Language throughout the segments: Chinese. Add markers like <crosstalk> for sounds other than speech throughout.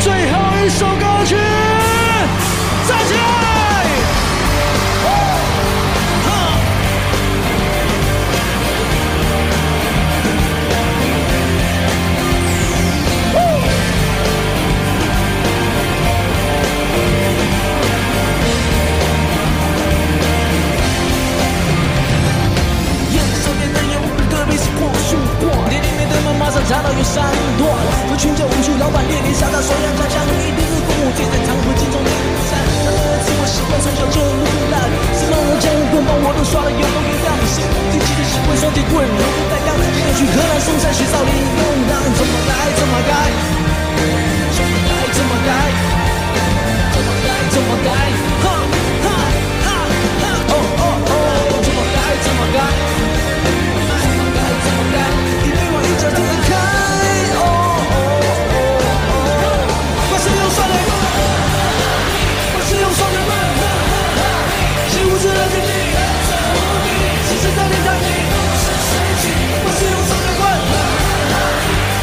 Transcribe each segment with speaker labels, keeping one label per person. Speaker 1: 最后一首歌曲，站起来！眼上面的有人特别喜欢凶过，店里面的门马上查到有三段，这群叫无数老板猎猎杀到手痒家乡，一定是父母借在常会心中的遗产。他们的自我习惯从小就腐烂，什么我江湖棍棒我都耍的有模有样，先入定期的习惯双截棍，柔不带刚，今天去河南嵩山学少林用当，怎么来怎么改，怎么来怎么改，怎么来怎么改，哈哈哈哈，哦哦哦，怎么改怎么改。你对我一脚踢开，哦哦哦，我是用双腿，我是用双腿，是无知的天地，是谁在天堂里？我是用双截棍，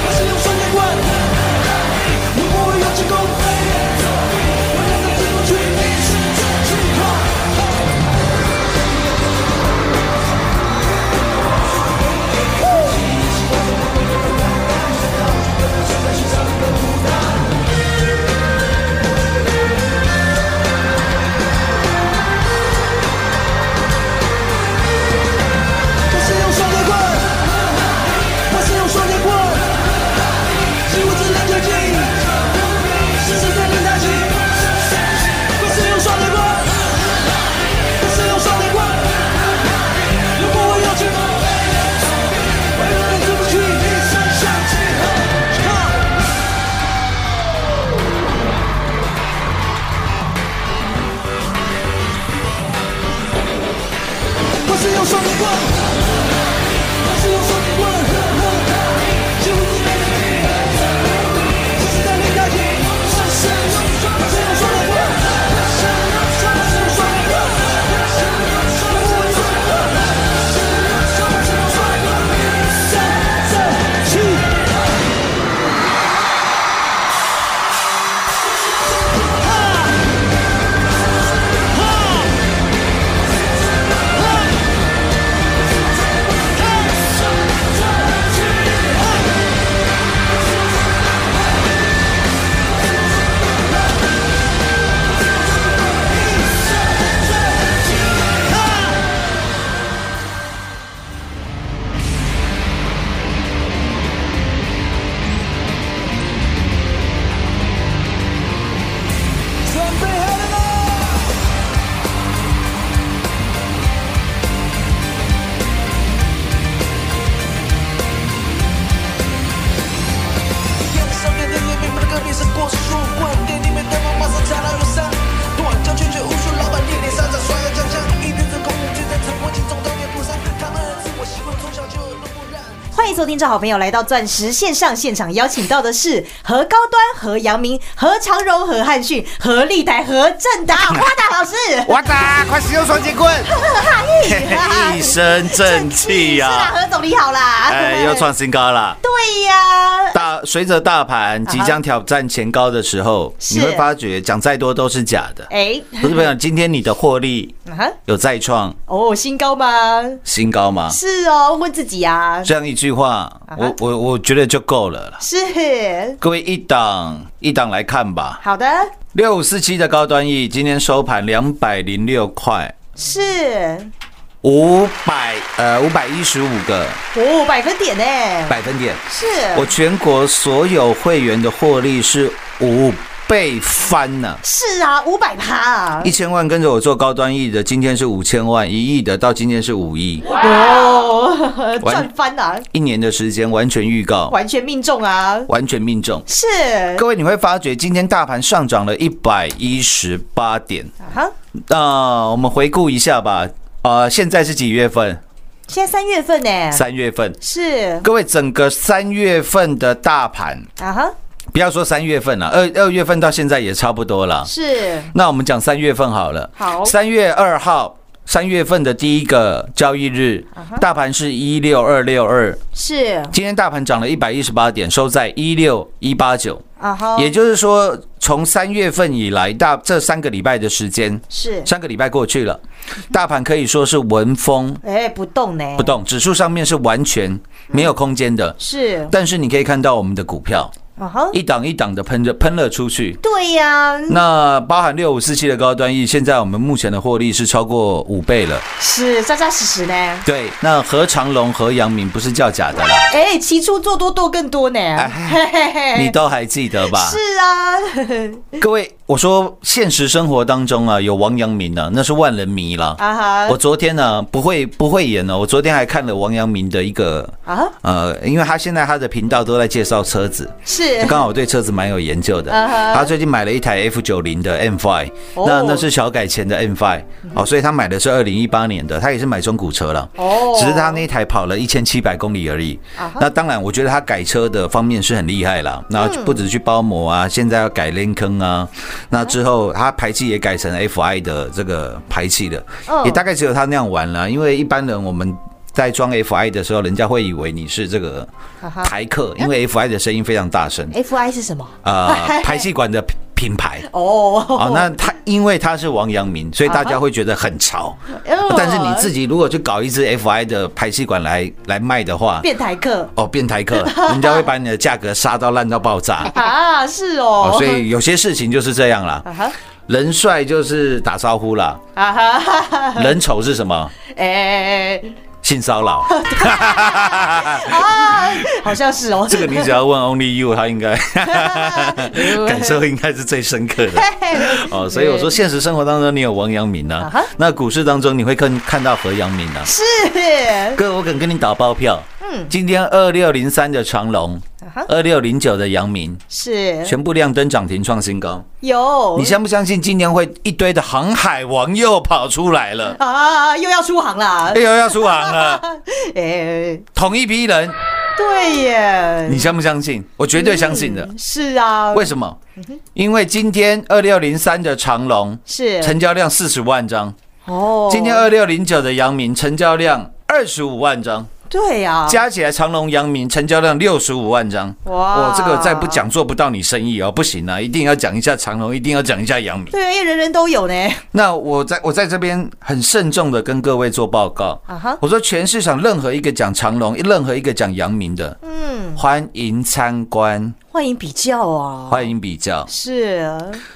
Speaker 1: 我是用双截棍，如果我有成功，我让它飞过去，去吧。我是用双截棍，我是用双截棍，是无知的绝技，是谁在练太极？我是用双截棍，我是用双截棍，如果我有去，我永远出不去，一生向前。哈我是用双截棍，我是用双截棍，几乎是没人敌。这是在练太极，我是用双截棍，我是用双截棍，我是用双截棍，我是用双截棍，三三七。准备好了吗？眼上面的眼，明白的革命是过树冠，店里面的猫马上查到有三段，将全球无数老板连连上涨，刷牙将将，一定是功夫就在成功心中，当年不散，他们自我习惯从小就耳濡目染。
Speaker 2: 欢迎收听，这好朋友来到钻石线上现场，邀请到的是何高端、何阳明、何长荣、何汉逊、何立台、何正
Speaker 3: <laughs>
Speaker 2: 达、花大老师。
Speaker 3: 哇哒！快使用双截棍， <laughs> 一身正气
Speaker 2: <laughs> 是啊啦，
Speaker 3: 呀！
Speaker 2: 何总你好啦！
Speaker 3: 哎，又创新高了。
Speaker 2: 对呀、
Speaker 3: 大随着大盘即将挑战前高的时候，
Speaker 2: 是
Speaker 3: 你会发觉讲再多都是假的。
Speaker 2: 哎、
Speaker 3: 不是朋友，今天你的获利
Speaker 2: 啊哈
Speaker 3: 有再创
Speaker 2: 哦，新高吗？
Speaker 3: 新高吗？
Speaker 2: 是啊哦，问问自己啊，
Speaker 3: 这样一句话，我我我觉得就够了啦。
Speaker 2: 是
Speaker 3: 各位一档一档来看吧，
Speaker 2: 好的，
Speaker 3: 六五四七的高端 E 今天收盘两百零六块，
Speaker 2: 是
Speaker 3: 五百呃五百一十五个
Speaker 2: 哦，百分点呢、
Speaker 3: 百分点。
Speaker 2: 是
Speaker 3: 我全国所有会员的获利是五倍翻呢、
Speaker 2: 是啊，五百趴啊
Speaker 3: 一！千万跟着我做高端艺的，今天是五千万，一亿的到今天是五亿，
Speaker 2: 哦，
Speaker 3: 完
Speaker 2: <laughs> 赚翻啊，
Speaker 3: 一年的时间完全预告，
Speaker 2: 完全命中啊！
Speaker 3: 完全命中。
Speaker 2: 是
Speaker 3: 各位，你会发觉今天大盘上涨了一百一十八点。
Speaker 2: 啊，
Speaker 3: 那、我们回顾一下吧。呃，现在是几月份？
Speaker 2: 现在三月份呢，
Speaker 3: 三月份。
Speaker 2: 是
Speaker 3: 各位，整个三月份的大盘，
Speaker 2: 啊哈，
Speaker 3: 不要说三月份了，二二月份到现在也差不多了。
Speaker 2: 是
Speaker 3: 那我们讲三月份好了。
Speaker 2: 好
Speaker 3: 三月二号，三月份的第一个交易日，大盘是一六二六二，
Speaker 2: 是
Speaker 3: 今天大盘涨了一百一十八点，收在一六一八九。
Speaker 2: 啊哈，
Speaker 3: 也就是说，从三月份以来，大这三个礼拜的时间，
Speaker 2: 是
Speaker 3: 三个礼拜过去了，大盘可以说是闻风
Speaker 2: 哎不动呢，
Speaker 3: 不动，指数上面是完全没有空间
Speaker 2: 嗯
Speaker 3: 的。
Speaker 2: 是
Speaker 3: 但是你可以看到我们的股票
Speaker 2: 啊哈，
Speaker 3: 一档一档的喷着喷了出去。
Speaker 2: 对呀，
Speaker 3: 那包含六五四七的高端 E，现在我们目前的获利是超过五倍了。
Speaker 2: 是扎扎实实呢。
Speaker 3: 对，那何长龙、何阳明不是叫假的啦，
Speaker 2: 哎，起初做多多更多呢，嘿嘿嘿
Speaker 3: 哎你都还记得吧？
Speaker 2: 哎是啊， <laughs>
Speaker 3: 各位，我说现实生活当中啊，有王阳明啊，那是万人迷啦。
Speaker 2: 啊哈，
Speaker 3: 我昨天呢、不会不会演哦，我昨天还看了王阳明的一个
Speaker 2: 啊
Speaker 3: 呃，因为他现在他的频道都在介绍车子，
Speaker 2: 是
Speaker 3: <laughs> 刚好我对车子蛮有研究的。
Speaker 2: 嗯哼
Speaker 3: 他最近买了一台 F 九零的 M5，
Speaker 2: 哦
Speaker 3: 那那是小改前的 M5 哦，所以他买的是二零一八年的，他也是买中古车了。
Speaker 2: 哦
Speaker 3: 只是他那台跑了一千七百公里而已
Speaker 2: 啊哈。
Speaker 3: 那当然，我觉得他改车的方面是很厉害啦。那
Speaker 2: 嗯
Speaker 3: 不止去包膜啊，现在要改链坑啊，那之后他排气也改成 FI 的这个排气的
Speaker 2: 嗯，
Speaker 3: 也大概只有他那样玩了。因为一般人我们。在装 FI 的时候，人家会以为你是这个
Speaker 2: 啊哈
Speaker 3: 台客，因为 FI 的声音非常大声。
Speaker 2: ，F I 是什么？
Speaker 3: 呃，排气管的品品牌。
Speaker 2: 哦啊
Speaker 3: 哦，那他因为他是王阳明，所以大家会觉得很潮。
Speaker 2: <laughs> 哦
Speaker 3: 但是你自己如果去搞一支 FI 的排气管来来卖的话，
Speaker 2: 变台客
Speaker 3: 哦，变
Speaker 2: <laughs>
Speaker 3: 台客，人家会把你的价格杀到烂到爆炸。
Speaker 2: 啊，是哦
Speaker 3: 哦，，所以有些事情就是这样啦。
Speaker 2: 啊哈
Speaker 3: 人帅就是打招呼啦，
Speaker 2: 啊哈哈哈， <laughs>
Speaker 3: 人丑是什么？
Speaker 2: 哎
Speaker 3: 性骚
Speaker 2: <laughs>
Speaker 3: 扰。
Speaker 2: 啊，好像是哦，
Speaker 3: 这个你只要问 Only You，他应
Speaker 2: <laughs>
Speaker 3: 该 <laughs> 感受应该是最深刻的。 <laughs> 哦，所以我说现实生活当中你有王阳明
Speaker 2: 啊
Speaker 3: 啊
Speaker 2: 哈，
Speaker 3: 那股市当中你会看看到何阳明啊。
Speaker 2: 是
Speaker 3: 哥，我敢跟你打包票，嗯，今天二六零三的长隆
Speaker 2: 啊哈，
Speaker 3: 二六零九的阳明，
Speaker 2: 是
Speaker 3: 全部亮灯涨停创新高。
Speaker 2: 有
Speaker 3: 你相不相信今年会一堆的航海王又跑出来
Speaker 2: <laughs>
Speaker 3: 了？
Speaker 2: 啊，又要出航啦
Speaker 3: 哎，呦，要出航
Speaker 2: <laughs>
Speaker 3: 了，
Speaker 2: 哎，
Speaker 3: 同一批人，
Speaker 2: 对耶，
Speaker 3: 你相不相信？我绝对相信的。
Speaker 2: 是啊，
Speaker 3: 为什么？因为今天二六零三的长隆
Speaker 2: 是
Speaker 3: 成交量四十万张，
Speaker 2: 哦，
Speaker 3: 今天二六零九的阳明成交量二十五万张，
Speaker 2: 对啊呀，
Speaker 3: 加起来长隆、阳明成交量六十五万张。
Speaker 2: 哇
Speaker 3: 哇，这个再不讲做不到你生意哦，不行啊，一定要讲一下长隆，一定要讲一下阳明。
Speaker 2: 对，因为人人都有呢，
Speaker 3: 那我在我在这边很慎重的跟各位做报告
Speaker 2: 啊哈
Speaker 3: 我说全市场任何一个讲长隆，任何一个讲阳明的，
Speaker 2: 嗯，
Speaker 3: 欢迎参观，
Speaker 2: 欢迎比较啊，
Speaker 3: 欢迎比较。
Speaker 2: 是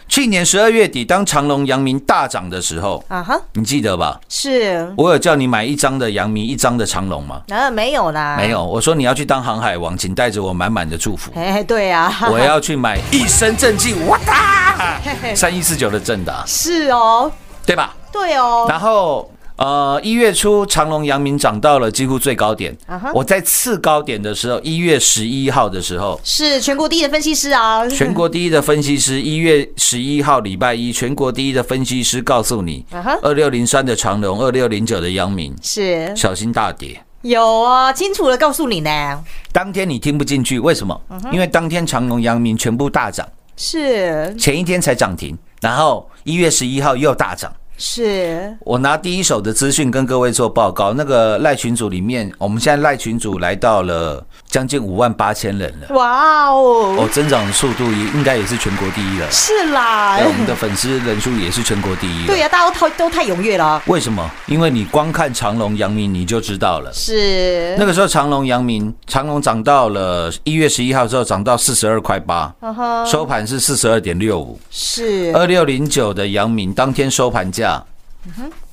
Speaker 3: 去年十二月底，当长隆、阳明大涨的时候，
Speaker 2: 啊哈，
Speaker 3: 你记得吧？
Speaker 2: 是
Speaker 3: 我有叫你买一张的阳明，一张的长隆吗？
Speaker 2: 啊，没有啦，
Speaker 3: 没，有，我说你要去当航海王，请带着我满满的祝福。
Speaker 2: 哎，对啊，
Speaker 3: <laughs> 我要去买一身正气，哇哒，三一四九的正达，
Speaker 2: 是哦，
Speaker 3: 对吧？
Speaker 2: 对哦，
Speaker 3: 然后呃，一月初长隆、阳明涨到了几乎最高点
Speaker 2: 啊哈。
Speaker 3: 我在次高点的时候，一月十一号的时候，
Speaker 2: 是全国第一的分析师啊，
Speaker 3: 全国第一的分析师，一月十一号礼拜一，全国第一的分析师告诉你
Speaker 2: 啊哈，嗯
Speaker 3: 二六零三的长隆，二六零九的阳明，
Speaker 2: 是
Speaker 3: 小心大跌。
Speaker 2: 有啊，清楚的告诉你呢，
Speaker 3: 当天你听不进去，为什么？
Speaker 2: 嗯
Speaker 3: 因为当天长隆、阳明全部大涨，
Speaker 2: 是
Speaker 3: 前一天才涨停，然后一月十一号又大涨。
Speaker 2: 是
Speaker 3: 我拿第一手的资讯跟各位做报告。那个赖群组里面，我们现在赖群组来到了将近五万八千人了，
Speaker 2: 哇
Speaker 3: 哦
Speaker 2: 哦，，
Speaker 3: 增长的速度也应该也是全国第一了。
Speaker 2: 是啦
Speaker 3: 对，，我们的粉丝人数也是全国第一
Speaker 2: 哎对
Speaker 3: 了。
Speaker 2: 呀，大家都太都太踊跃了，
Speaker 3: 为什么？因为你光看长隆、阳明你就知道了。
Speaker 2: 是
Speaker 3: 那个时候长隆、阳明，长隆涨到了一月十一号之后涨到四十二块八，
Speaker 2: 啊哈，
Speaker 3: 收盘是四十二点六五。
Speaker 2: 是
Speaker 3: 二六零九的阳明当天收盘价，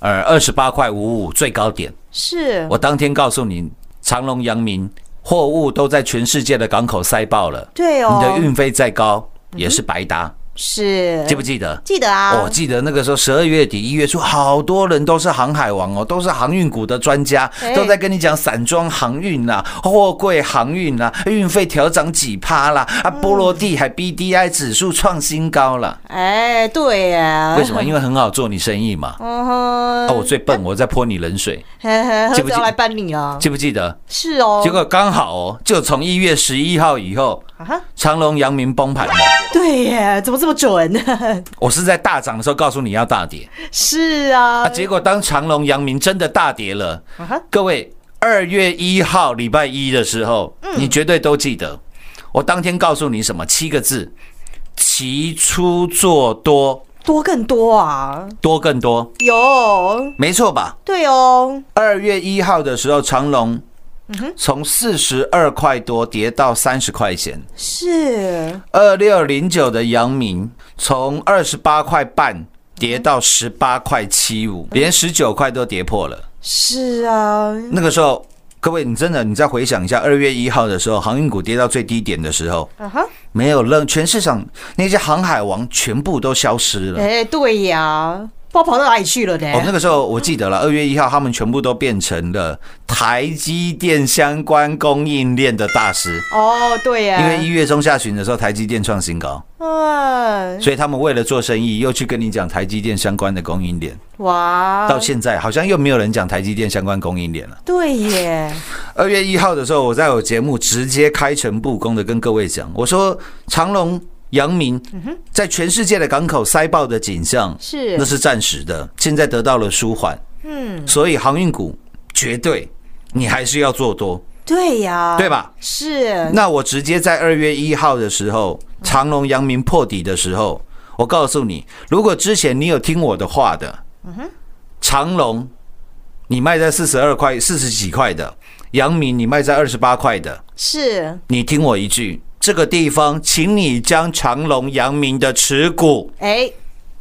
Speaker 3: 呃，二十八块五五最高点。
Speaker 2: 是
Speaker 3: 我当天告诉你，长隆、阳明货物都在全世界的港口塞爆了，
Speaker 2: 对哦嗯
Speaker 3: 你的运费再高也是白搭。
Speaker 2: 是
Speaker 3: 记不哦记得？
Speaker 2: 记得啊？
Speaker 3: 我、记得那个时候十二月底一月初，好多人都是航海王哦，都是航运股的专家，
Speaker 2: 哎
Speaker 3: 都在跟你讲散装航运啦、货柜航运啦、运费调涨几趴啦，啊，
Speaker 2: 嗯
Speaker 3: 波罗的海 BDI 指数创新高了。
Speaker 2: 哎，对呀。
Speaker 3: 为什么？？因为很好做你生意嘛。
Speaker 2: 嗯哼
Speaker 3: 啊，我最笨，我在泼你冷水，
Speaker 2: 嘿嘿，何
Speaker 3: 记不
Speaker 2: 止
Speaker 3: 记
Speaker 2: 要来搬你啊？
Speaker 3: 记不记得？
Speaker 2: 是哦。
Speaker 3: 结果刚好哦，就从一月十一号以后，
Speaker 2: 啊，
Speaker 3: 长隆、阳明崩盘了。
Speaker 2: 对耶，怎么这么准？ <laughs>
Speaker 3: 我是在大涨的时候告诉你要大跌，
Speaker 2: 是啊
Speaker 3: 啊，，结果当长隆、阳明真的大跌了，
Speaker 2: 啊哈
Speaker 3: 各位，二月一号礼拜一的时候，
Speaker 2: 嗯
Speaker 3: 你绝对都记得，我当天告诉你什么七个字：其出做多，
Speaker 2: 多更多啊，
Speaker 3: 多更多，
Speaker 2: 有，
Speaker 3: 没错吧？
Speaker 2: 对哦，
Speaker 3: 二月一号的时候，长隆
Speaker 2: 嗯
Speaker 3: 从四十二块多跌到三十块钱，
Speaker 2: 是
Speaker 3: 二六零九的阳明从二十八块半跌到十八块七五，连十九块都跌破了。
Speaker 2: 是啊，
Speaker 3: 那个时候，各位，你真的你再回想一下，二月一号的时候，航运股跌到最低点的时候，
Speaker 2: 啊哈，
Speaker 3: 没有任全市场那些航海王全部都消失了。
Speaker 2: 哎，对呀，不知道跑到哪里去了呢？
Speaker 3: 哦，那个时候我记得了，二月一号他们全部都变成了台积电相关供应链的大师，
Speaker 2: 哦，对呀，
Speaker 3: 因为一月中下旬的时候台积电创新高，
Speaker 2: 嗯，
Speaker 3: 所以他们为了做生意又去跟你讲台积电相关的供应链，
Speaker 2: 哇，
Speaker 3: 到现在好像又没有人讲台积电相关供应链了。
Speaker 2: 对耶，
Speaker 3: 二月一号的时候，我在我节目直接开诚布公的跟各位讲，我说长隆、阳明在全世界的港口塞爆的景象
Speaker 2: 嗯是
Speaker 3: 那是暂时的，现在得到了舒缓，
Speaker 2: 嗯，
Speaker 3: 所以航运股绝对你还是要做多，
Speaker 2: 对呀，
Speaker 3: 对？吧？
Speaker 2: 是，
Speaker 3: 那我直接在二月一号的时候，长隆、阳明破底的时候，我告诉你，如果之前你有听我的话的，长隆你卖在四十二块、四十几块的，阳明你卖在二十八块的，
Speaker 2: 是，
Speaker 3: 你听我一句，这个地方，请你将长隆、阳明的持股
Speaker 2: 哎，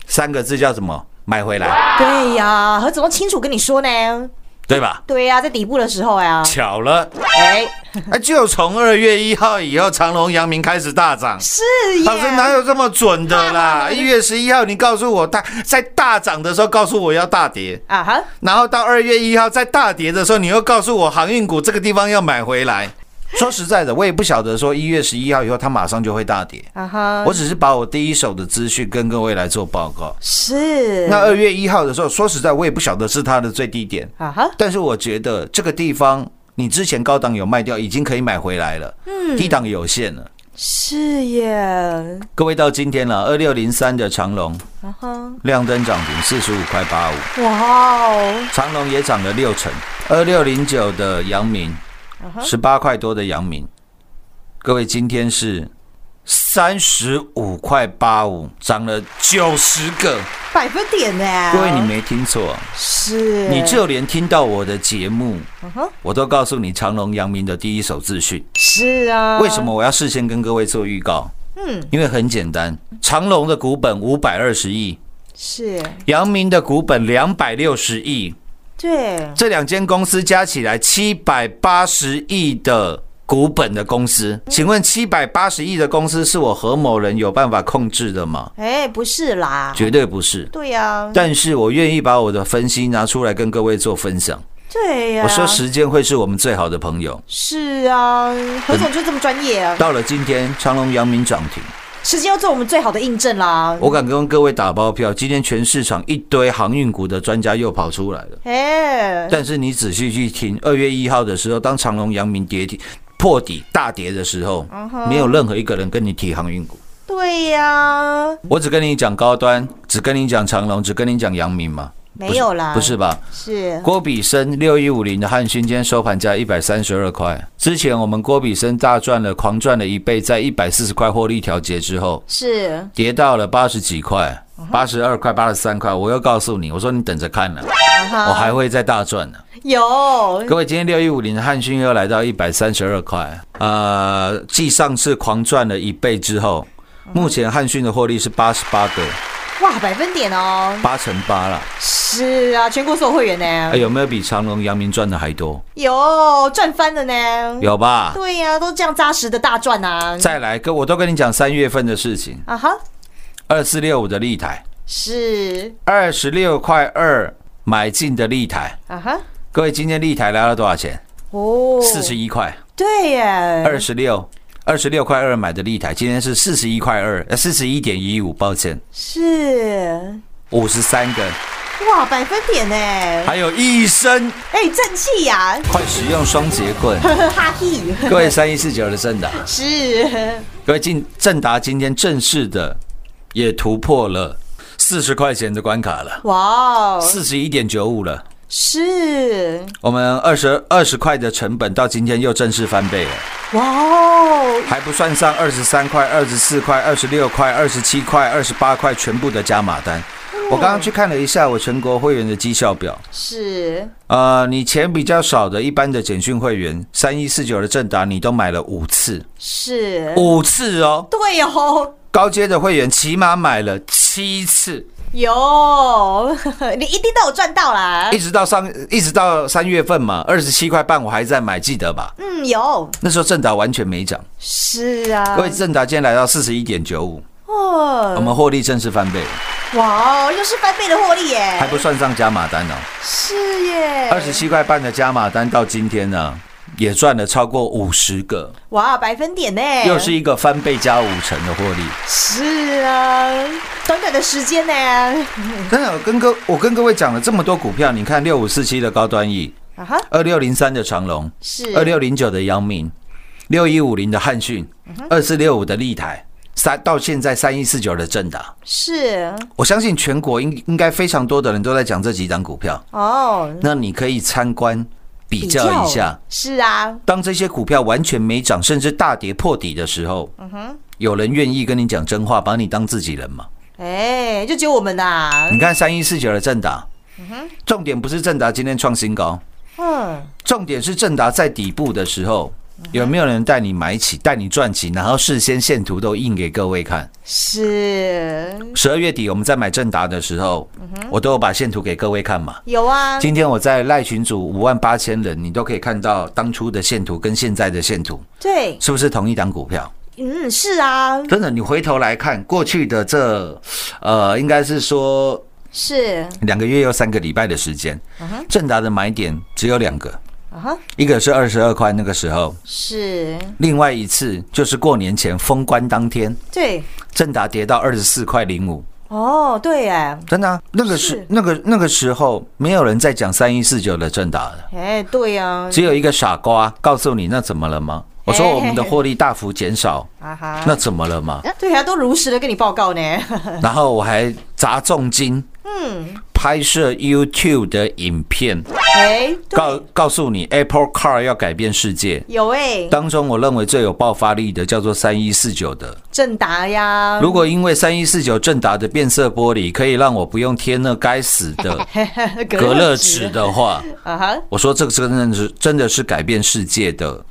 Speaker 3: 三个字叫什么买回来，
Speaker 2: 对呀，何总都清楚跟你说呢，
Speaker 3: 对吧？
Speaker 2: 对呀，在底部的时候呀，
Speaker 3: 巧了，
Speaker 2: 哎，
Speaker 3: 啊，就从二月一号以后，长隆、阳明开始大涨。
Speaker 2: 是
Speaker 3: <laughs> 老师哪
Speaker 2: 耶，
Speaker 3: 有这么准的 <laughs> 啦？一月十一号你告诉我大在大涨的时候告诉我要大跌，
Speaker 2: 啊哈，
Speaker 3: 然后到二月一号在大跌的时候你又告诉我航运股这个地方要买回来。 <laughs> 说实在的，我也不晓得说一月十一号以后它马上就会大跌，
Speaker 2: 啊哈，
Speaker 3: 我只是把我第一手的资讯跟各位来做报告。
Speaker 2: 是
Speaker 3: 那二月一号的时候，说实在我也不晓得是它的最低点，
Speaker 2: 啊哈，
Speaker 3: 但是我觉得这个地方你之前高档有卖掉，已经可以买回来了，低档有限了。
Speaker 2: 是耶，
Speaker 3: 各位到今天了，二六零三的长龙。
Speaker 2: 啊哈，
Speaker 3: 亮灯涨停四十五块八五，
Speaker 2: 哇哦，
Speaker 3: 长隆也涨了六成，二六零九的阳明，十八块多的阳明，各位今天是三十五块八五，涨了九十个，
Speaker 2: 百分点呢？
Speaker 3: 各位你没听错，
Speaker 2: 是，
Speaker 3: 你就连听到我的节目，
Speaker 2: 嗯哼
Speaker 3: 我都告诉你长隆、阳明的第一手资讯。
Speaker 2: 是啊，
Speaker 3: 为什？么我要事先跟各位做预告？
Speaker 2: 嗯，
Speaker 3: 因为很简单，长隆的股本五百二十亿，
Speaker 2: 是
Speaker 3: 阳明的股本两百六十亿。
Speaker 2: 对，
Speaker 3: 这两间公司加起来七百八十亿的股本的公司，请问七百八十亿的公司是我何某人有办法控制的吗？
Speaker 2: 哎，不是啦，
Speaker 3: 绝对不是。
Speaker 2: 对呀，
Speaker 3: 但是我愿意把我的分析拿出来跟各位做分享。
Speaker 2: 对啊呀，
Speaker 3: 我说时间会是我们最好的朋友。
Speaker 2: 是啊，何总就这么专业啊，
Speaker 3: 到了今天，长隆、阳明涨停，
Speaker 2: 时间要做我们最好的印证啦。
Speaker 3: 我敢跟各位打包票，今天全市场一堆航运股的专家又跑出来了。
Speaker 2: 哎，
Speaker 3: 但是你仔细去听，二月一号的时候，当长隆、阳明跌停、破底大跌的时候，
Speaker 2: 嗯
Speaker 3: 没有任何一个人跟你提航运股，
Speaker 2: 对呀，
Speaker 3: 我只跟你讲高端，只跟你讲长隆，只跟你讲阳明嘛，
Speaker 2: 没有啦，
Speaker 3: 不是吧？
Speaker 2: 是，
Speaker 3: 郭比生六一五零的汉讯，今天收盘价一百三十二块。之前我们郭比生大赚了，狂赚了一倍，在一百四十块获利调节之后，
Speaker 2: 是
Speaker 3: 跌到了八十几块，
Speaker 2: 嗯
Speaker 3: 八十二块、八十三块。我又告诉你，我说你等着看呢、
Speaker 2: 啊哈，
Speaker 3: 我还会再大赚呢、
Speaker 2: 有
Speaker 3: 各位，今天六一五零的汉讯又来到一百三十二块，呃，继上次狂赚了一倍之后，目前汉讯的获利是八十八个
Speaker 2: 哇百分点哦，
Speaker 3: 八乘八了，
Speaker 2: 是啊，全国所有会员呢
Speaker 3: 哎，有没有比长隆、阳明赚的还多？
Speaker 2: 有赚翻了呢，
Speaker 3: 有吧？
Speaker 2: 对呀、都这样扎实的大赚啊！
Speaker 3: 再来，哥，我都跟你讲三月份的事情，
Speaker 2: 啊哈，
Speaker 3: 二四六五的立台，
Speaker 2: 是
Speaker 3: 二十六块二买进的立台。
Speaker 2: 啊哈，
Speaker 3: 各位，今天立台来到多少钱？
Speaker 2: 哦，
Speaker 3: 四十一块，
Speaker 2: 对耶，
Speaker 3: 二十六，二十六块二买的立台，今天是四十一块二，呃，四十一点一五，抱歉，
Speaker 2: 是
Speaker 3: 五十三根，
Speaker 2: 哇，百分点哎，
Speaker 3: 还有一升，
Speaker 2: 哎，正气呀，
Speaker 3: 快使用双节棍。
Speaker 2: 呵呵哈嘿，
Speaker 3: 各位三一四九的正达，
Speaker 2: 是
Speaker 3: 各位进正达今天正式的也突破了四十块钱的关卡了，
Speaker 2: 哇哦，
Speaker 3: 四十一点九五了。
Speaker 2: 是
Speaker 3: 我们二十二十块的成本到今天又正式翻倍了，
Speaker 2: 哇哦，
Speaker 3: 还不算上二十三块、二十四块、二十六块、二十七块、二十八块全部的加码单。我刚刚去看了一下我全国会员的绩效表，
Speaker 2: 是
Speaker 3: 呃，你钱比较少的，一般的简讯会员三一四九的正达，你都买了五次，
Speaker 2: 是，
Speaker 3: 五次哦。
Speaker 2: 对哦，
Speaker 3: 高阶的会员起码买了七次，
Speaker 2: 有， <laughs> 你一定都有赚到啦
Speaker 3: 一，直到上一直到三月份嘛，二十七块半我还在买，记得吧？
Speaker 2: 嗯，有，
Speaker 3: 那时候正达完全没涨，
Speaker 2: 是啊
Speaker 3: 各，位正达今天来到四十一点九五，我
Speaker 2: 哦，
Speaker 3: 们获利正式翻倍，
Speaker 2: 哇哦，又是翻倍的获利
Speaker 3: 还
Speaker 2: 耶，
Speaker 3: 不算上加码单哦，
Speaker 2: 是耶，
Speaker 3: 二十，七块半的加码单到今天呢，也赚了超过五十个，
Speaker 2: 哇，百分点呢，
Speaker 3: 又是一个翻倍加五成的获利。
Speaker 2: 是啊，短短的时间呢，
Speaker 3: 真的，我跟各我跟各位讲了这么多股票，你看六五四七的高端 E，
Speaker 2: 啊哈，
Speaker 3: 二六零三的长隆，
Speaker 2: 是
Speaker 3: 二六零九的阳明，六一五零的汉讯，二四六五的立台，三到现在三一四九的正达，
Speaker 2: 是
Speaker 3: 我相信全国应应该非常多的人都在讲这几档股票，
Speaker 2: 哦，
Speaker 3: 那你可以参观比较一下，
Speaker 2: 是啊，
Speaker 3: 当这些股票完全没涨，甚至大跌破底的时候，有人愿意跟你讲真话，把你当自己人吗？
Speaker 2: 哎、就只有我们呐、
Speaker 3: 你看三一四九的正达，重点不是正达今天创新高，
Speaker 2: 嗯，
Speaker 3: 重点是正达在底部的时候，有没有人带你买起、带你赚起，然后事先线图都印给各位看？
Speaker 2: 是
Speaker 3: 十二月底我们在买正达的时候，我都有把线图给各位看嘛。
Speaker 2: 有啊，
Speaker 3: 今天我在赖群组五万八千人，你都可以看到当初的线图跟现在的线图
Speaker 2: 对，
Speaker 3: 是不是同一档股票？
Speaker 2: 嗯，是啊，
Speaker 3: 真的，你回头来看过去的这，呃，应该是说
Speaker 2: 是
Speaker 3: 两个月又三个礼拜的时间，正达的买点只有两个，
Speaker 2: 啊哈，
Speaker 3: 一个是二十二块那个时候，
Speaker 2: 是
Speaker 3: 另外一次就是过年前封关当天，
Speaker 2: 对，
Speaker 3: 正达跌到二十四块零五，
Speaker 2: 哦，对，哎，
Speaker 3: 真的啊、那个时
Speaker 2: 是
Speaker 3: 那个那个时候没有人在讲三一四九的正达了，
Speaker 2: 哎，对呀、啊，
Speaker 3: 只有一个傻瓜告诉你那怎么了吗？
Speaker 2: <laughs>
Speaker 3: 我说
Speaker 2: 哎
Speaker 3: 我们的获利大幅减少，
Speaker 2: 啊哈，
Speaker 3: 那怎么
Speaker 2: <laughs>
Speaker 3: 了吗？
Speaker 2: 对呀、啊，都如实的跟你报告
Speaker 3: <laughs>
Speaker 2: 呢，
Speaker 3: 然后我还砸重金，嗯，拍摄 YouTube 的影片，
Speaker 2: 哎，对
Speaker 3: 告告诉你 Apple Car 要改变世界。
Speaker 2: 有哎、
Speaker 3: 当中我认为最有爆发力的叫做三一四九的，
Speaker 2: 正达呀，
Speaker 3: 如果因为三一四九正达的变色玻璃可以让我不用贴那该死的 <laughs> 隔热纸的话，
Speaker 2: 啊哈，
Speaker 3: 我说这个真的是真的是改变世界的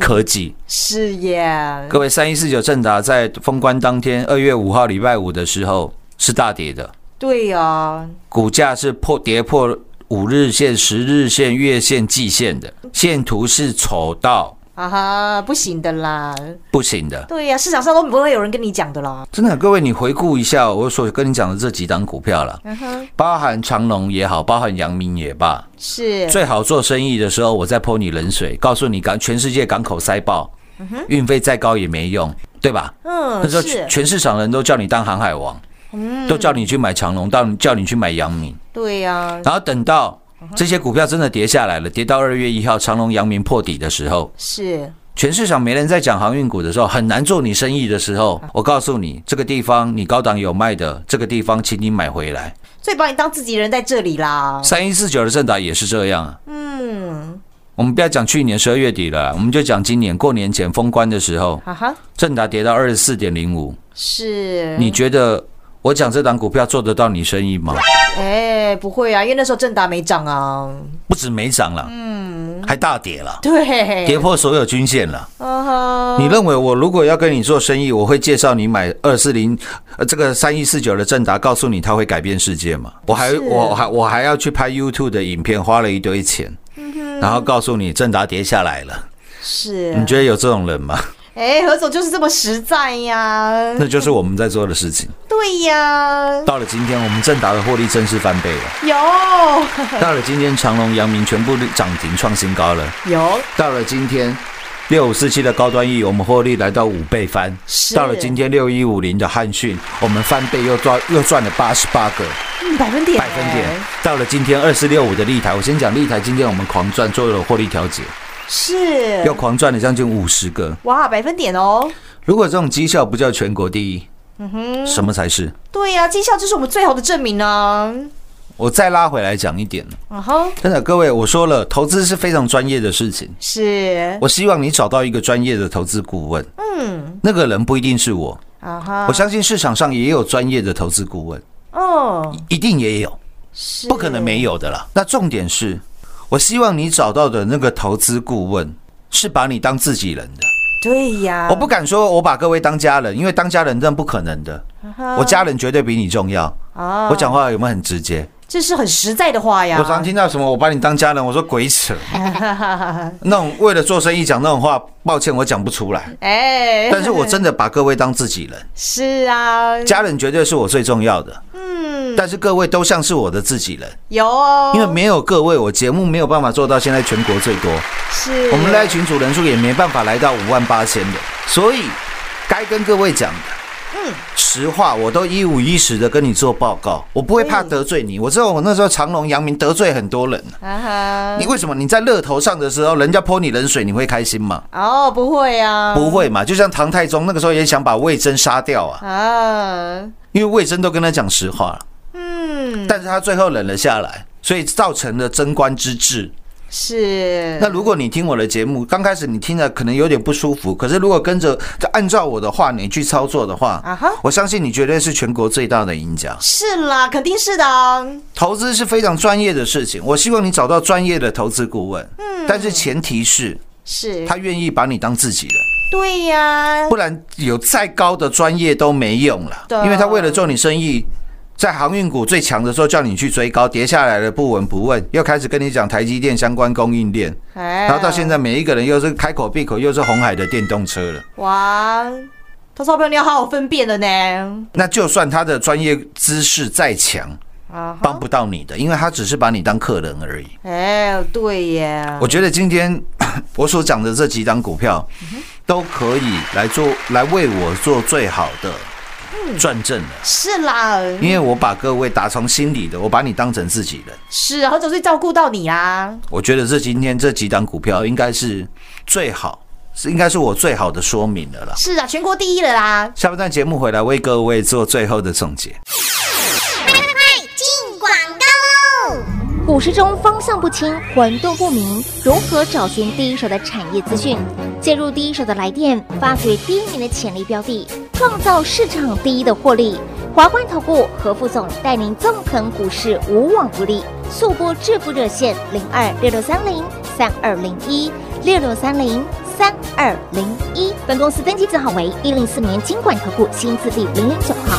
Speaker 3: 科技。
Speaker 2: 是耶，
Speaker 3: 各位，三一四九正达在封关当天，二月五号礼拜五的时候是大跌的，
Speaker 2: 对呀、啊，
Speaker 3: 股价是破跌破五日线、十日线、月线、季线的，线图是丑到
Speaker 2: 啊哈，不行的啦，
Speaker 3: 不行的。
Speaker 2: 对呀、市场上都不会有人跟你讲的啦，
Speaker 3: 真的，各位，你回顾一下我所跟你讲的这几档股票了，
Speaker 2: 嗯哼，
Speaker 3: 包含长隆也好，包含阳明也罢，
Speaker 2: 是，
Speaker 3: 最好做生意的时候，我再泼你冷水，告诉你港全世界港口塞爆，运费再高也没用，对吧？
Speaker 2: 嗯，
Speaker 3: 那时候
Speaker 2: 是嗯
Speaker 3: 全，全市场人都叫你当航海王，都叫你去买长隆，到叫你去买阳明，
Speaker 2: 对呀、
Speaker 3: 然后等到
Speaker 2: 嗯
Speaker 3: 这些股票真的跌下来了，跌到二月一号长隆、阳明破底的时候，
Speaker 2: 是
Speaker 3: 全市场没人在讲航运股的时候，很难做你生意的时候，我告诉你，这个地方你高档有卖的，这个地方请你买回来。
Speaker 2: 最把你当自己人在这里啦，
Speaker 3: 三一四九的正达也是这样啊。
Speaker 2: 嗯，
Speaker 3: 我们不要讲去年十二月底了，我们就讲今年过年前封关的时候，
Speaker 2: 啊哈哈，
Speaker 3: 正达跌到二十四点零五，
Speaker 2: 是，
Speaker 3: 你觉得我讲这档股票做得到你生意吗？
Speaker 2: 哎、不会啊，因为那时候正达没涨啊，
Speaker 3: 不止没涨了，嗯，还大跌了，
Speaker 2: 对，
Speaker 3: 跌破所有均线了。
Speaker 2: 啊哈，
Speaker 3: 你认为我如果要跟你做生意，我会介绍你买二四零，呃，这个三一四九的正达，告诉你它会改变世界吗？我还
Speaker 2: 是
Speaker 3: 我还我还要去拍 YouTube 的影片，花了一
Speaker 2: 嗯
Speaker 3: 堆钱，然后告诉你正达跌下来了，
Speaker 2: 是，
Speaker 3: 你觉得有这种人吗？
Speaker 2: 哎，何总就是这么实在呀。
Speaker 3: 那就是我们在做的事情。
Speaker 2: 对呀，
Speaker 3: 到了今天，我们正达的获利正式翻倍了。
Speaker 2: 有 <laughs>
Speaker 3: 到了今天，长隆、阳明全部涨停创新高了。
Speaker 2: 有，
Speaker 3: 到了今天，六五四七的高端 E，我们获利来到五倍翻。
Speaker 2: 是
Speaker 3: 到了今天六一五零的汉讯，我们翻倍又赚又赚了八十八个
Speaker 2: 嗯百分点，
Speaker 3: 百分点。到了今天二四六五的立台，我先讲立台，今天我们狂赚做了获利调节，
Speaker 2: 是
Speaker 3: 又狂赚了将近五十个。
Speaker 2: 哇，百分点哦。
Speaker 3: 如果这种绩效不叫全国第一，什么才是？
Speaker 2: 对呀，绩效就是我们最好的证明啊呢。
Speaker 3: 我再拉回来讲一点，
Speaker 2: 嗯哼，
Speaker 3: 真的各位，我说了，投资是非常专业的事情。
Speaker 2: 是
Speaker 3: 我希望你找到一个专业的投资顾问，嗯，那个人不一定是我，
Speaker 2: 啊哈
Speaker 3: 我，相信市场上也有专业的投资顾问，
Speaker 2: 哦，
Speaker 3: 一定也有，
Speaker 2: 是
Speaker 3: 不可能没有的啦。那重点是，我希望你找到的那个投资顾问是把你当自己人的。
Speaker 2: 对呀，
Speaker 3: 我不敢说我把各位当家人，因为当家人那不可能的，我家人绝对比你重要。
Speaker 2: 啊，
Speaker 3: 我讲话有没有很直接？
Speaker 2: 这是很实在的话呀。
Speaker 3: 我常听到什么我把你当家人，我说
Speaker 2: <laughs>
Speaker 3: 鬼扯，那种为了做生意讲那种话，抱歉我讲不出
Speaker 2: <laughs>
Speaker 3: 来。
Speaker 2: 哎，
Speaker 3: 但是我真的把各位当自己人，
Speaker 2: <laughs> 嗯是啊，
Speaker 3: 家人绝对是我最重要的。嗯，但是各位都像是我的自己人，
Speaker 2: 有哦，
Speaker 3: 因为没有各位，我节目没有办法做到现在全国最多，
Speaker 2: 是
Speaker 3: 我们那一群主人数也没办法来到五万八千的，所以该跟各位讲的。
Speaker 2: 嗯
Speaker 3: 实话，我都一五一十的跟你做报告，我不会怕
Speaker 2: 嗯
Speaker 3: 得罪你。我知道我那时候长隆、阳明得罪很多人，
Speaker 2: 啊
Speaker 3: 你为什么你在热头上的时候，人家泼你冷水，你会开心吗？
Speaker 2: 哈，哦，不会啊，
Speaker 3: 不会嘛。就像唐太宗那个时候也想把魏征杀掉啊，
Speaker 2: 啊，
Speaker 3: 因为魏征都跟他讲实话了，
Speaker 2: 嗯，
Speaker 3: 但是他最后忍了下来，所以造成了贞观之治。
Speaker 2: 是
Speaker 3: 那如果你听我的节目，刚开始你听了可能有点不舒服，可是如果跟着按照我的话你去操作的话
Speaker 2: 啊哈，
Speaker 3: 我相信你绝对是全国最大的赢家。
Speaker 2: 是啦，肯定是的啊，
Speaker 3: 投资是非常专业的事情，我希望你找到专业的投资顾问，嗯，但是前提是
Speaker 2: 是，
Speaker 3: 他愿意把你当自己人。
Speaker 2: 对呀，
Speaker 3: 不然有再高的专业都没用了
Speaker 2: 对，啊
Speaker 3: 因为他为了做你生意，在航运股最强的时候叫你去追高，跌下来了不闻不问，又开始跟你讲台积电相关供应链，
Speaker 2: 哎
Speaker 3: 然后到现在每一个人又是开口闭口又是红海的电动车了。
Speaker 2: 哇，投资好朋友你要好好分辨了呢，
Speaker 3: 那就算他的专业知识再强，
Speaker 2: 啊哈，
Speaker 3: 帮不到你的，因为他只是把你当客人而已。
Speaker 2: 哎，对耶，
Speaker 3: 我觉得今天 <coughs> 我所讲的这几档股票，
Speaker 2: 嗯
Speaker 3: 都可以来做来为我做最好的
Speaker 2: 嗯
Speaker 3: 转正了。
Speaker 2: 是啦，
Speaker 3: 因为我把各位打从心里的，我把你当成自己人。
Speaker 2: 是啊，何总是照顾到你啊啦，
Speaker 3: 我觉得这今天这几档股票应该是最好，是应该是我最好的说明了啦。
Speaker 2: 是啊，全国第一了啦，
Speaker 3: 下半段节目回来为各位做最后的总结。
Speaker 4: 进广告喽！股市中方向不清、混沌不明，如何找寻第一手的产业资讯？介入第一手的来电，发掘第一名的潜力标的，创造市场第一的获利。华冠投顾何副总带领纵横股市，无往不利。速播致富热线零二六六三零三二零一六六三零三二零一。本公司登记字号为一零四年经管投顾新字第零零九号。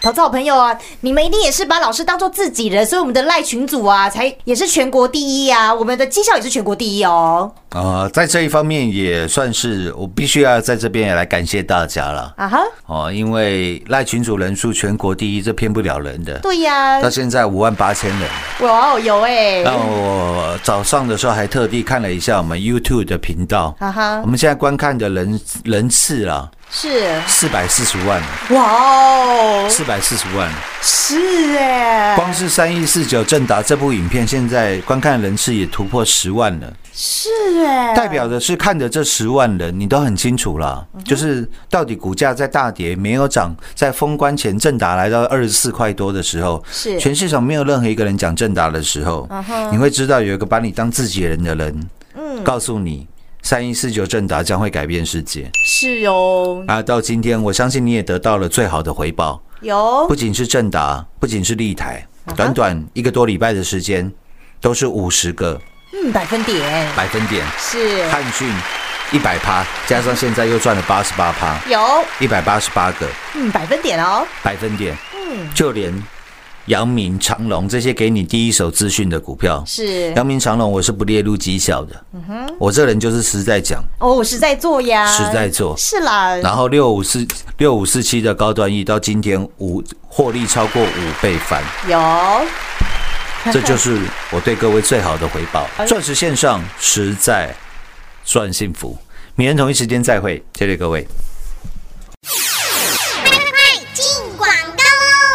Speaker 2: 投资好朋友啊，你们一定也是把老师当做自己人，所以我们的赖群组啊，才也是全国第一啊，我们的绩效也是全国第一哦。
Speaker 3: 呃，在这一方面也算是我必须要在这边也来感谢大家了。
Speaker 2: 啊哈，
Speaker 3: 哦，因为赖群主人数全国第一，这骗不了人的。
Speaker 2: 对呀、
Speaker 3: 到现在五万八千人，
Speaker 2: 哇哦，有哎、
Speaker 3: 那我早上的时候还特地看了一下我们 YouTube 的频道，
Speaker 2: 啊哈
Speaker 3: 我，们现在观看的人人次啊，
Speaker 2: 是，
Speaker 3: 四百四十万，
Speaker 2: 哇哦，
Speaker 3: 四百四十万，
Speaker 2: 是哎，
Speaker 3: 光是三一四九正达这部影片，现在观看人次也突破十万了，
Speaker 2: 是哎，
Speaker 3: 代表的是看着这十万人，你都很清楚了，
Speaker 2: 嗯
Speaker 3: 就是到底股价在大跌没有涨，在封关前正达来到二十四块多的时候，
Speaker 2: 是嗯
Speaker 3: 全市场没有任何一个人讲正达的时候，你会知道有一个把你当自己人的人，
Speaker 2: 嗯
Speaker 3: 告诉你三一四九正达将会改变世界。
Speaker 2: 是哦，
Speaker 3: 啊，到今天我相信你也得到了最好的回报，
Speaker 2: 有
Speaker 3: 不仅是正达，不仅是立台，
Speaker 2: 嗯
Speaker 3: 短短一个多礼拜的时间，都是五十个
Speaker 2: 嗯百分点
Speaker 3: 百分点，
Speaker 2: 是
Speaker 3: 汉讯一百趴，加上现在又赚了八十八趴，
Speaker 2: 有
Speaker 3: 一百八十八个
Speaker 2: 嗯百分点哦，
Speaker 3: 百分点，
Speaker 2: 嗯
Speaker 3: 就连阳明、长隆这些给你第一手资讯的股票，
Speaker 2: 是嗯
Speaker 3: 阳明、长隆我是不列入绩效的，我这人就是实在讲，
Speaker 2: 哦，我实在做呀，
Speaker 3: 实在做，
Speaker 2: 是啦，
Speaker 3: 然后六五四六五四七的高端 E 到今天五获利超过五倍翻，
Speaker 2: 有
Speaker 3: 这就是我对各位最好的回报。钻石线上实在赚幸福，明天同一时间再会，谢谢各位。
Speaker 4: 进广告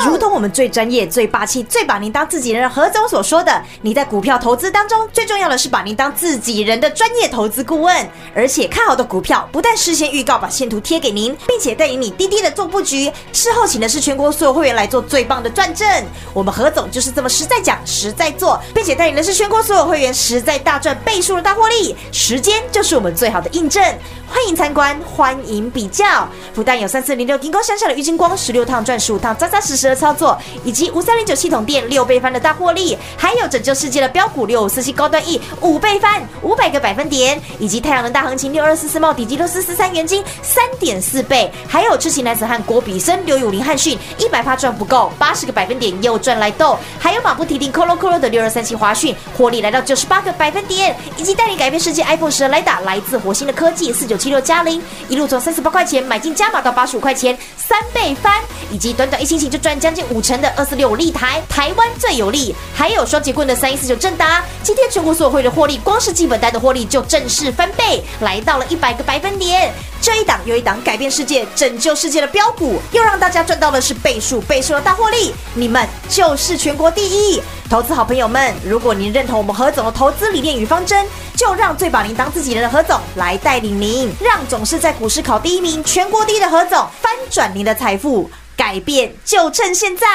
Speaker 2: 如同我们最专业、最霸气、最把您当自己人的何总所说的，你在股票投资当中，最重要的是把您当自己人的专业投资顾问，而且看好的股票不但事先预告，把线图贴给您，并且带领你滴滴的做布局，事后请的是全国所有会员来做最棒的转正。我们何总就是这么实在讲、实在做，并且带领的是全国所有会员实在大赚倍数的大获利，时间就是我们最好的印证。欢迎参观，欢迎比较。不但有三四零六金光闪闪的郁金光十六趟赚十五趟，扎扎实实的操作，以及五三零九系统店六倍翻的大获利，还有拯救世界的标股六五四七高端 E 五倍翻五百个百分点，以及太阳能大行情六二四四茂底基六四四三元金三点四倍，还有痴情男子汉郭比森六五零汉讯一百发赚不够，八十个百分点又赚来豆，还有马不停蹄 Colo Colo 的六二三七华讯获利来到九十八个百分点，以及带领改变世界 iPhone 十的雷达来自火星的科技四九七六加零，一路从三十八块钱买进加码到八十五块钱，三倍翻，以及短短一星期就赚将近五成的二四六立台，台湾最有利，还有双节棍的三一四九正达，今天全国所有会的获利，光是基本单的获利就正式翻倍，来到了一百个百分点。这一档又一档改变世界、拯救世界的标股，又让大家赚到的是倍数倍数的大获利，你们就是全国第一。投资好朋友们，如果您认同我们何总的投资理念与方针，就让最把您当自己人的何总来带领您，让总是在股市考第一名、全国第一的何总翻转您的财富。改变就趁现在！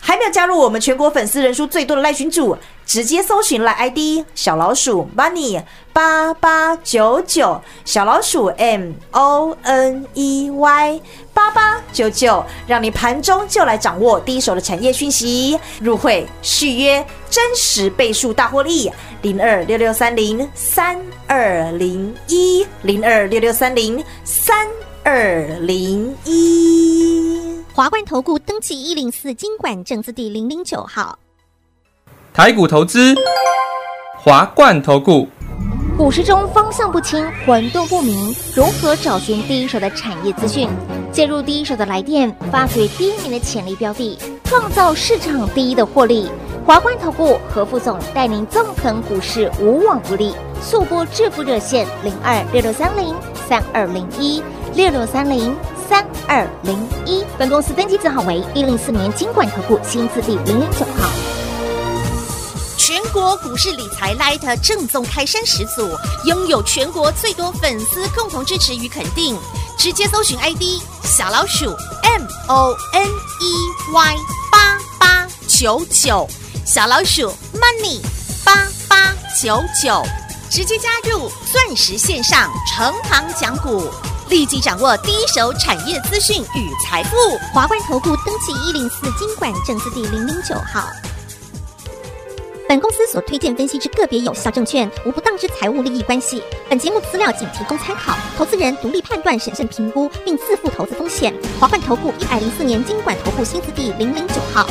Speaker 2: 还没有加入我们全国粉丝人数最多的赖群主，直接搜寻赖 ID 小老鼠 money 八八九九，小老鼠 m o n e y 八八九九，让你盘中就来掌握第一手的产业讯息，入会续约，真实倍数大获利。零二六六三零三二零一，零二六六三零三二零一。
Speaker 4: 华冠投顾登记一零四经管证字第零零九号。
Speaker 5: 台股投资，华冠投顾。
Speaker 6: 股市中方向不清、混沌不明，如何找寻第一手的产业资讯？介入第一手的来电，发掘第一名的潜力标的，创造市场第一的获利。华冠投顾何副总带领纵横股市，无往不利。速播致富热线零二六六三零三二零一六六三零三二零一。本公司登记字号为一零四年经管投顾新字第零零九号。
Speaker 4: 全国股市理财 Light 正宗开山始祖，拥有全国最多粉丝共同支持与肯定。直接搜寻 ID 小老鼠 M O N E Y 八八九九，小老鼠 Money 八八九九，直接加入钻石线上成行讲股，立即掌握第一手产业资讯与财富。
Speaker 6: 华冠投顾登记一零四经管证字第零零九号。本公司所推荐分析之个别有效证券，无不当之财务利益关系。本节目资料仅提供参考，投资人独立判断、审慎评估，并自负投资风险。华冠投顾一百零四年经管投顾新字第零零九号。